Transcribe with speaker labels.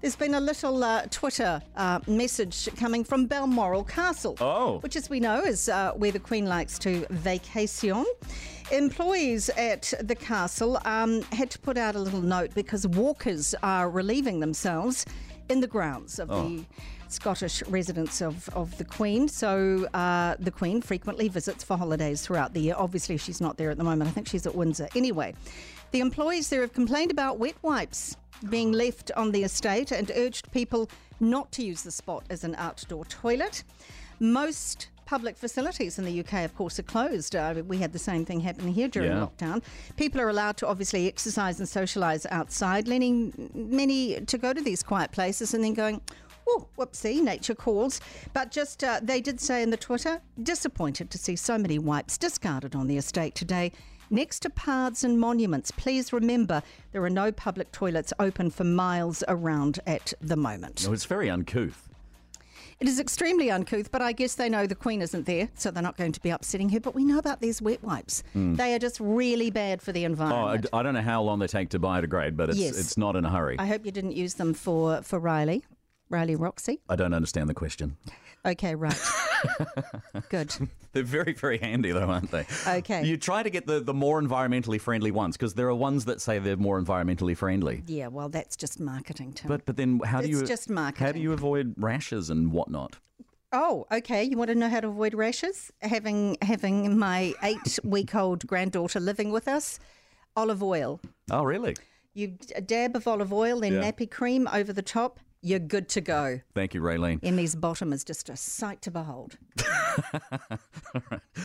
Speaker 1: there's been a little uh, Twitter uh, message coming from Balmoral Castle.
Speaker 2: Oh.
Speaker 1: Which, as we know, is uh, where the Queen likes to vacation. Employees at the castle um, had to put out a little note because walkers are relieving themselves in the grounds of the Scottish residence of, of the Queen. So uh, the Queen frequently visits for holidays throughout the year. Obviously, she's not there at the moment. I think she's at Windsor. Anyway, the employees there have complained about wet wipes being left on the estate and urged people not to use the spot as an outdoor toilet. Most public facilities in the UK, of course, are closed. Uh, we had the same thing happen here during
Speaker 2: Yeah.
Speaker 1: lockdown lockdown. People are allowed to obviously exercise and socialise outside, leaning many to go to these quiet places and then going, oh, whoopsie, nature calls. But just, uh, they did say in the Twitter, disappointed to see so many wipes discarded on the estate today. Next to paths and monuments, please remember there are no public toilets open for miles around at the moment.
Speaker 2: No, it's very uncouth.
Speaker 1: It is extremely uncouth, but I guess they know the Queen isn't there, so they're not going to be upsetting her. But we know about these wet wipes. They are just really bad for the
Speaker 2: Hmm. Oh, I,
Speaker 1: environment.
Speaker 2: I don't know how long they take to biodegrade, but it's,
Speaker 1: Yes.
Speaker 2: it's not in a hurry.
Speaker 1: I, hope you didn't use them for, for Riley. Riley Roxy.
Speaker 2: I don't understand the question.
Speaker 1: Okay, right. Good.
Speaker 2: They're very, very handy, though, aren't they?
Speaker 1: Okay.
Speaker 2: You try to get the, the more environmentally friendly ones because there are ones that say they're more environmentally friendly.
Speaker 1: Yeah, well, that's just marketing, Tim.
Speaker 2: But but then how do
Speaker 1: It's
Speaker 2: you
Speaker 1: just
Speaker 2: How do
Speaker 1: marketing.
Speaker 2: you avoid rashes and whatnot?
Speaker 1: oh, okay. You want to know how to avoid rashes? Having having my eight week old granddaughter living with us, olive oil.
Speaker 2: Oh, really?
Speaker 1: You d- a dab of olive oil, then
Speaker 2: Yeah.
Speaker 1: nappy cream over the top. You're good to go.
Speaker 2: Thank you, Raylene.
Speaker 1: Emmy's bottom is just a sight to behold.